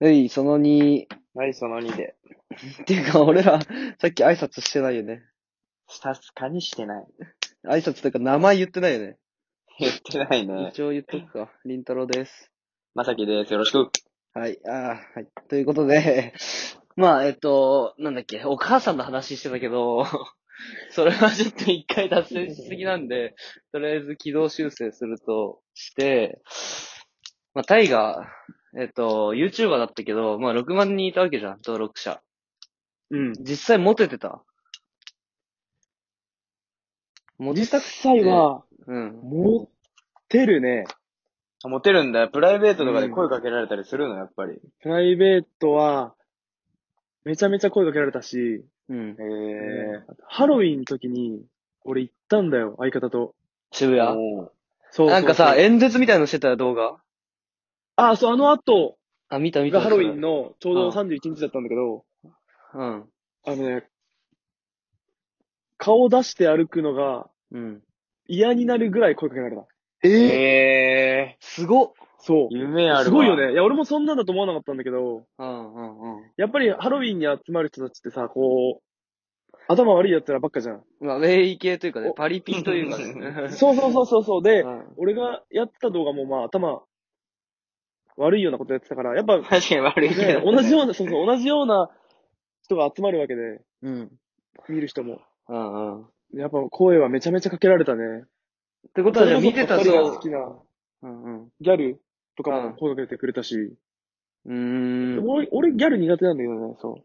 うい、その2。はい、その2で。っていうか、 俺ら、さっき挨拶してないよね。さすがにしてない。挨拶というか、名前言ってないよね。言ってないね。一応言っとくか。りんたろうです。まさきです。よろしく。はい、あーはい。ということで、 まあ、えっと、なんだっけ、お母さんの話してたけど、 それはちょっと一回脱線しすぎなんで、とりあえず軌道修正するとして、まあ、タイが、えっと、YouTuber だったけど、まあ、6万人いたわけじゃん、登録者。うん。実際モテてたモテたく、際は、うん。モテるね。モテるんだ。プライベートとかで声かけられたりするの、やっぱり。プライベートは、めちゃめちゃ声かけられたし、うん。へえ。ハロウィンの時に、俺行ったんだよ、相方と。渋谷。おーそうそうそうなんかさ、、演説みたいのしてたよ、動画。あ、そう、あの後あ、見た見た。がハロウィンのちょうどう31日だったんだけど、うん。あのね、顔出して歩くのがうん。嫌になるぐらい声かけられた。へえ。すごっ。そ夢あるう。わすごいよ。ね。いや、俺もそんなんだと思わなかったんだけど、うんうんうん。やっぱりハロウィンに集まる人たちってさ、こう、頭悪い奴らばっかじゃん。まあ、霊異系というかねお、パリピンというか ね。そうそうそうそうそう。で、うん俺がやってた動画もまあ頭悪いようなことやってたから、やっ ぱ、ね、確かに悪いけど。同じような、そうそう、同じような人が集まるわけで、うん。見る人も。うんうん。っやっぱ声はめちゃめちゃかけられたね。てことは、じゃあ見てたそれこそ二人が人好。きなうんギャルとかうんも声かけてくれたし、うん。うーん。俺俺ギャル苦手なんだけどね、そ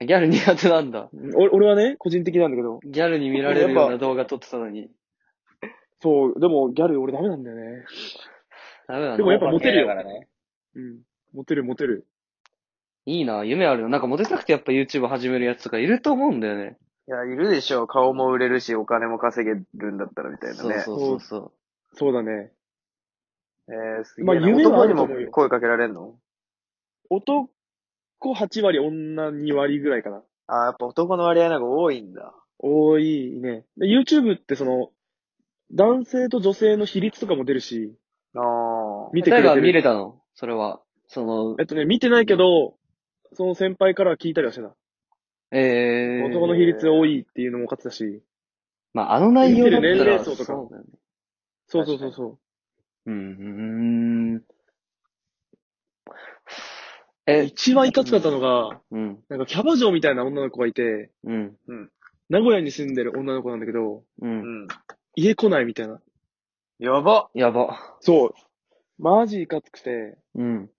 ギャル苦手なんだ。う。俺俺はね、個人的なんだけど、ギャルに見られるような動画撮ってたのに。そう、でもギャル俺ダメなんだよね。ダメなんだ。でもやっぱモテるよだからね。うん。モテるモテる。いいな、夢あるよ。なんかモテたくてやっぱ YouTube 始めるやつとかいると思うんだよね。いや、いるでしょう。顔も売れるし、お金も稼げるんだったらみたいなそうね。そうそうそう。そうだね。えー、すまげあえな。夢は男あにるとも思うよ声かけられんの男8割、女2割ぐらいかな。あー、やっぱ男の割合なんか多いんだ。多いね。で YouTube ってその、男性と女性の比率とかも出るし、ああ。見てく誰れがて見れる。たのそれは。そのえ、っとね、見てないけど、その先輩からは聞いたりはしてた。えー、男の比率多いっていうのも分かってたし。まあ、あの内容だったら。見てる年齢層とかそうだよね。そうそうそうそう。うんうーん。え、一番いかつかったのが、うん、なんかキャバ嬢みたいな女の子がいて、うん、名古屋に住んでる女の子なんだけど、う。うんん。家来ないみたいな。やばやば。そう。マジいかつくて、うん。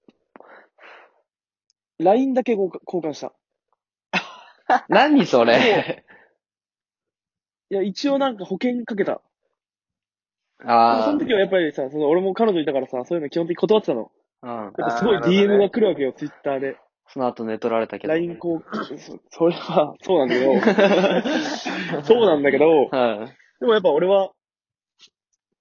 LINE だけ交換交換した。何それ。いや、一応なんか保険かけた。で もあその時はやっぱりさ、その俺も彼女いたからさ、そういうの基本的に断ってたの。あ、うん。やっぱすごいあーなるほど DM ねが来るわけよ、ツイッターで。その後寝取られたけど。 LINE 交換、そそれは、そうなんだ けど、そうなんだけど、はい。でもやっぱ俺は、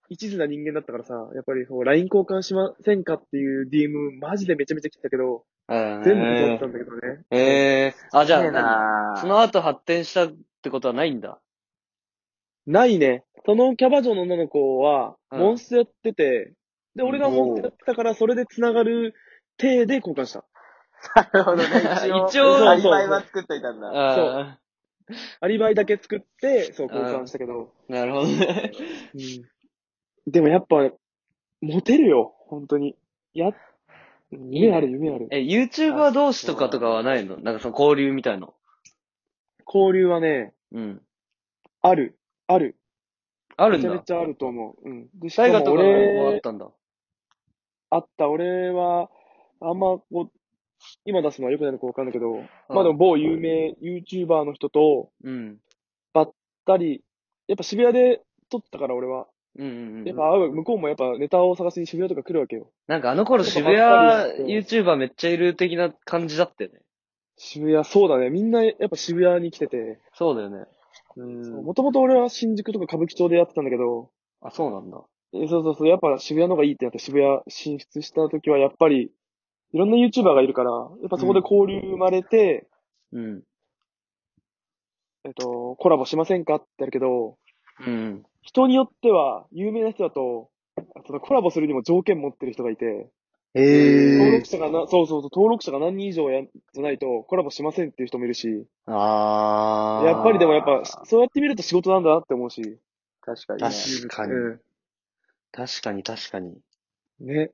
一途な人間だったからさ、やっぱりこう LINE 交換しませんかっていう DM マジでめちゃめちゃ来てたけど、全全部断ったんだけどね。えー、えー、あ、じゃえあ、なその後発展したってことはないんだ。ないね。そのキャバ嬢の女の子は、うんモンストやってて、で、俺がモンストやってたから、それで繋がる体で交換した。なるほどね。一応、 一応アリバイは作っといたんだ。あアリバイだけ作って、そう、交換したけど。あ、なるほどね。うんでもやっぱ、モテるよ、本当に。や、夢ある、夢ある。え、YouTuber 同士とかとかはないのなんかその交流みたいの。交流はね、うん。ある、ある。あるめんちゃめだ。ちゃあると思う。うん。で、しか大河もとかもあっ俺、たんだ。あった、俺は、あんま、こう、今出すのは良くないのかわかんないけど、まあでも某有名 YouTuber の人と、うん。二人、やっぱ渋谷で撮ったから俺は。うんうんうやっん。ぱ、向こうもやっぱネタを探しに渋谷とか来るわけよ。なんかあの頃渋谷やっぱばっかりだ YouTuber めっちゃいる的な感じだったよね。渋谷、そうだね。みんなやっぱ渋谷に来てて。そうだよね。うん。もともと俺は新宿とか歌舞伎町でやってたんだけど、あ、そうなんだ。えそうそうそう、やっぱ渋谷の方がいいってなって渋谷進出した時はやっぱり、いろんな YouTuber がいるから、やっぱそこで交流生まれて、うん。えっと、コラボしませんかってやるけど、うん。人によっては、有名な人だと、そのコラボするにも条件持ってる人がいて、登ええ録者がな、そうそうそう、登録者が何人以上やじゃないとコラボしませんっていう人もいるし、ああ。やっぱりでもやっぱ、そうやって見ると仕事なんだなって思うし、確かに、ね。確かに。うん確かに、確かに。ね。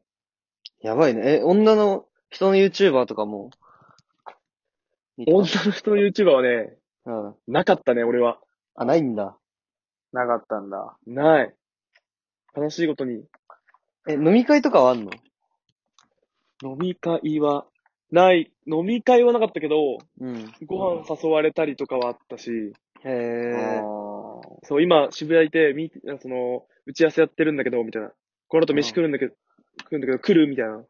やばいね。え、女の人の YouTuber とかも。見て女のます人の YouTuber はね、うん。なかったね、俺は。あ、ないんだ。なかったんだ。ない。悲しいことに、え、飲み会とかはあんの飲み会は、ない、飲み会はなかったけど、うん。ご飯誘われたりとかはあったし、へえ。そう、今、渋谷いて、み、その、打ち合わせやってるんだけど、みたいな。この後飯食うんだけど、食うんだけど、来るみたいな。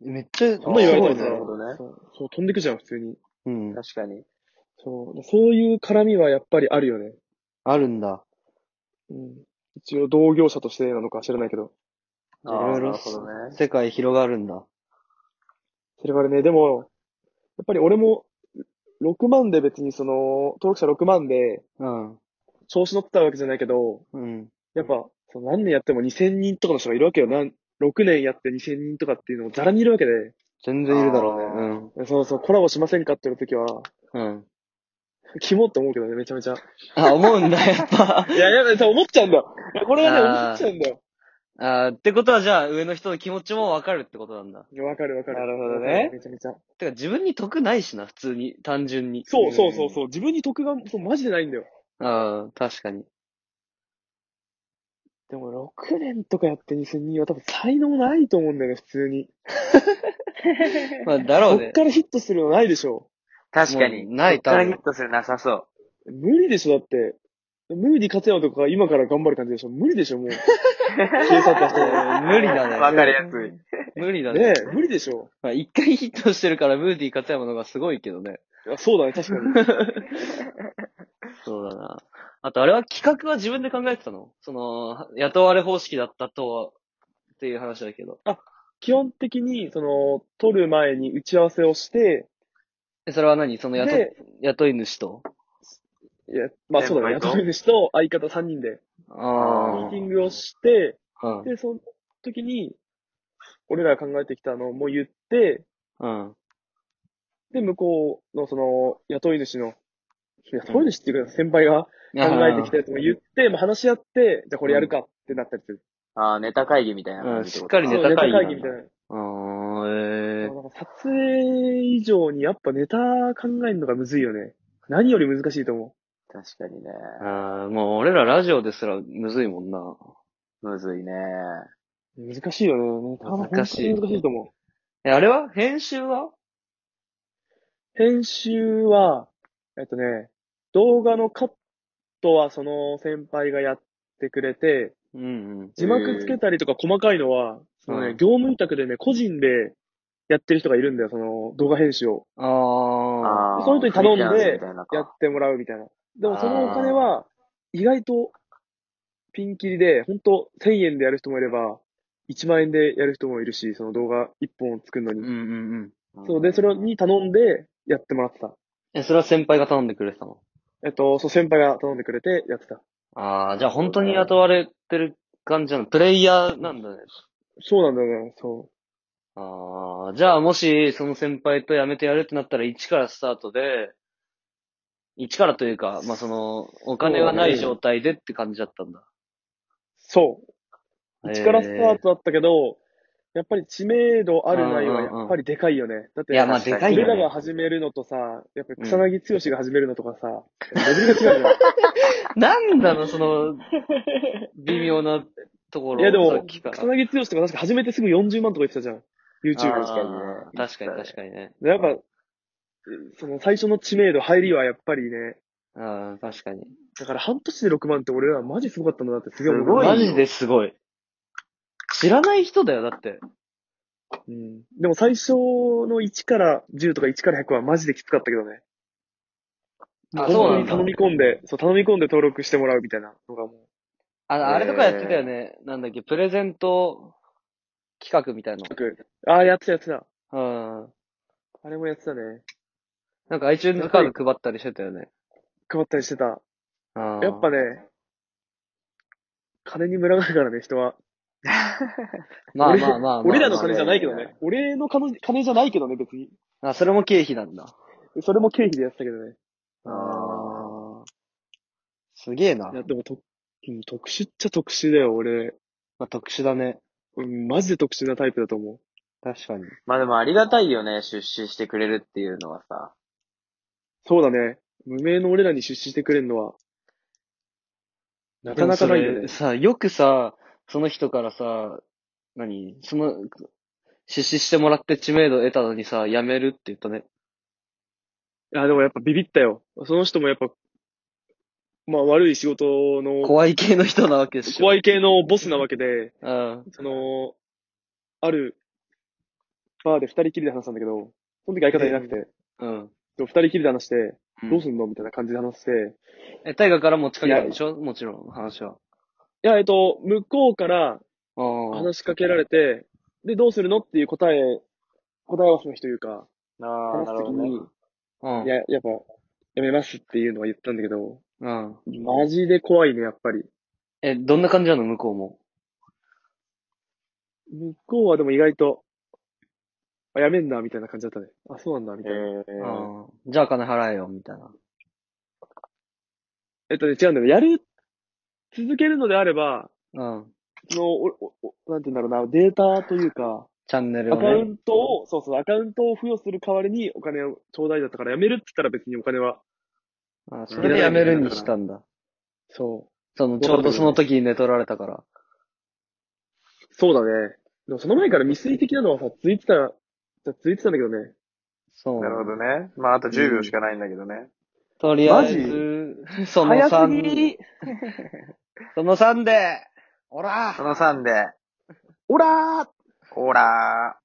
めっちゃ、すんま言わごれいたならるね。ほどね。そう、そう飛んでくじゃん、普通に。うん。確かに。そう、そういう絡みはやっぱりあるよね。あるんだ。うん。一応、同業者としてなのか知らないけど。いろいろなるほどね。世界広がるんだ。それはね、でも、やっぱり俺も、6万で別にその、登録者6万で、うん。調子乗ってたわけじゃないけど、うん。やっぱ、その何年やっても2000人とかの人がいるわけよ。なん6年やって2000人とかっていうのもざらにいるわけで。全然いるだろあうね。そうそう、コラボしませんかって言う時は、うん。うん。キモって思うけどね、めちゃめちゃ。あ、思うんだ、やっぱ。いや、やべ、そう思っちゃうんだよ。いやこれはね、あー思っちゃうんだよ。あーってことはじゃあ、上の人の気持ちもわかるってことなんだ。いやわかるわかる。なるほどねめちゃめちゃ。てか、自分に得ないしな、普通に。単純に。そうそうそうそう。自分に得が、そう、マジでないんだよ。ああ、確かに。でも、6年とかやって2000人は多分才能ないと思うんだよね、普通に。 まあ、だろそうっね。からヒットするのないでしょ。確かに。もうないこっから多ヒ分ットするなさそう。無理でしょ、だって。ムーディ勝山とかが今から頑張る感じでしょ。無理でしょ、もう。消え去った人は。無理 だね。わかりやすい。無理だね。ねえ、無理でしょ。まあ、一回ヒットしてるから、ムーディ勝山の方がすごいけどね。いやそうだね、確かに。そうだな。あと、あれは企画は自分で考えてたのその、雇われ方式だったとは、っていう話だけど。 基本的に、その、撮る前に打ち合わせをして、えそれは何その雇、で雇い主といや、まあそうだね、先輩と雇い主と相方3人で、ミあーティングをして、あ。うん。で、その時に、俺らが考えてきたのも言って、うん。で、向こうのその、雇い主の、雇い主っていうか先輩が考えてきたやつも言って、まあ話し合って、じゃあこれやるかってなったりする。ああ、ネタ会議みたいなうん感じしってっことかりそうネネタ会タ議なんだ会議みたいな。あー、えーなんか撮影以上にやっぱネタ考えるのがむずいよね。何より難しいと思確かにね。あー、もう俺らラジオですらむずいもんな。むずいね。う。難しいよね。ネタは本当に難しい難しいと思う。え、あれは編集は編集は、えっとね、動画のカットはその先輩がやってくれて、うんうん。字幕つけたりとか細かいのは、そのね、うん業務委託でね、個人でやってる人がいるんだよ、その動画編集を。ああ。ああ。その人に頼んでフリーランスみたいなかやってもらうみたいな。でもそのお金は、意外とピンキリで、ほんと1000円でやる人もいれば、1万円でやる人もいるし、その動画1本作るのうに。んうんうん。そう、で、それに頼んでやってもらってた。え、それは先輩が頼んでくれてたのえっと、そう、先輩が頼んでくれてやってた。ああ、じゃあ本当に雇われてる感じなの。プレイヤーなんだね。そうなんだよね、そう。ああ、じゃあもし、その先輩と辞めてやるってなったら、一からスタートで、一からというか、まあ、その、お金がない状態でって感じだったんだ。 そう。一からへースタートだったけど、やっぱり知名度ある内容はうんうんうんやっぱりでかいよね。だって、いや、まあ、確でかかいに俺よらねが。始めるのとさ、やっぱり草薙剛が始めるのとかさ、レベルが違うじゃん。なんだの、その、微妙なところ。いやでさもっ、きから草薙剛とか確か始めてすぐ40万とか言ってたじゃん。あ YouTube ー確かにね確かに確かにね。で。やっぱ、その最初の知名度入りはやっぱりね、ああ、確かに。だから半年で6万って俺らマジすごかったんだなってすげえ思う。すごいよマジですごい。知らない人だよ、だって。うん。でも最初の1から10とか1から100はマジできつかったけどね。あ、本そう当なにんだ頼。み込んで、そう、頼み込んで登録してもらうみたいなのがもう。あ、あれとかやってたよね。なんだっけ、プレゼント企画みたいなああ、やってたやってた。の。うん。あれもやってたね。なんか iTunes カード配ったりしてたよね。配ったりしてた。ややっぱね、金に群がるからね、人は。まあまあまあまあ。俺らの金じゃないけどまあね。俺の金金じゃないけどね、別に。あ、それも経費なんだ。それも経費でやってたけどね。ああ。すげえな。いや、でもと、うん特殊っちゃ特殊だよ、俺。まあ、特殊だね。うん、マジで特殊なタイプだと思う。確かに。まあでもありがたいよね、出資してくれるっていうのはさ。そうだね。無名の俺らに出資してくれるのは、なかなかないよでもね。それさ、よくさ、その人からさ、何その、出資してもらって知名度得たのにさ、辞めるって言ったね。いや、でもやっぱビビったよ。その人もやっぱ、まあ悪い仕事の、怖い系の人なわけでしょ。怖い。い系のボスなわけで、うん。その、ある、バーで二人きりで話したんだけど、その時相方いなくて、うん。でも二人きりで話して、どうるすんのみたいな感じで話して、え、大河から持ちかけたでしょもちろん、話は。いや、えっと、向こうからああ。話しかけられて、で、どうするのっていう答え、答え合わせの日というか、あ話す時に、うんい。や、やっぱ、やめますっていうのは言ったんだけど、うん。マジで怖いね、やっぱり。え、どんな感じなの向こうも。向こうはでも意外と、あ、やめんな、みたいな感じだったね。あ、そうなんだ、えみたいな。えうん。じゃあ金払えよ、みたいな。えっとね、違うんだよ。やる、続けるのであれば、うん。その、おおおなんて言うんだろうな、データというか、チャンネルアをカウね。ントを、そうそう、アカウントを付与する代わりにお金をちょうだいだったから、やめるって言ったら別にお金は、あそれで辞めるにしたんだ。そその、ちょうどその時に寝取られたから。う、そうだね。でもその前から未遂的なのはさ、ついてた、じゃついてたんだけどね。そう。なるほどね。まああと10秒しかないんだけどね。とりあえず、その3、その3で、おらその3で、おらーオーラー。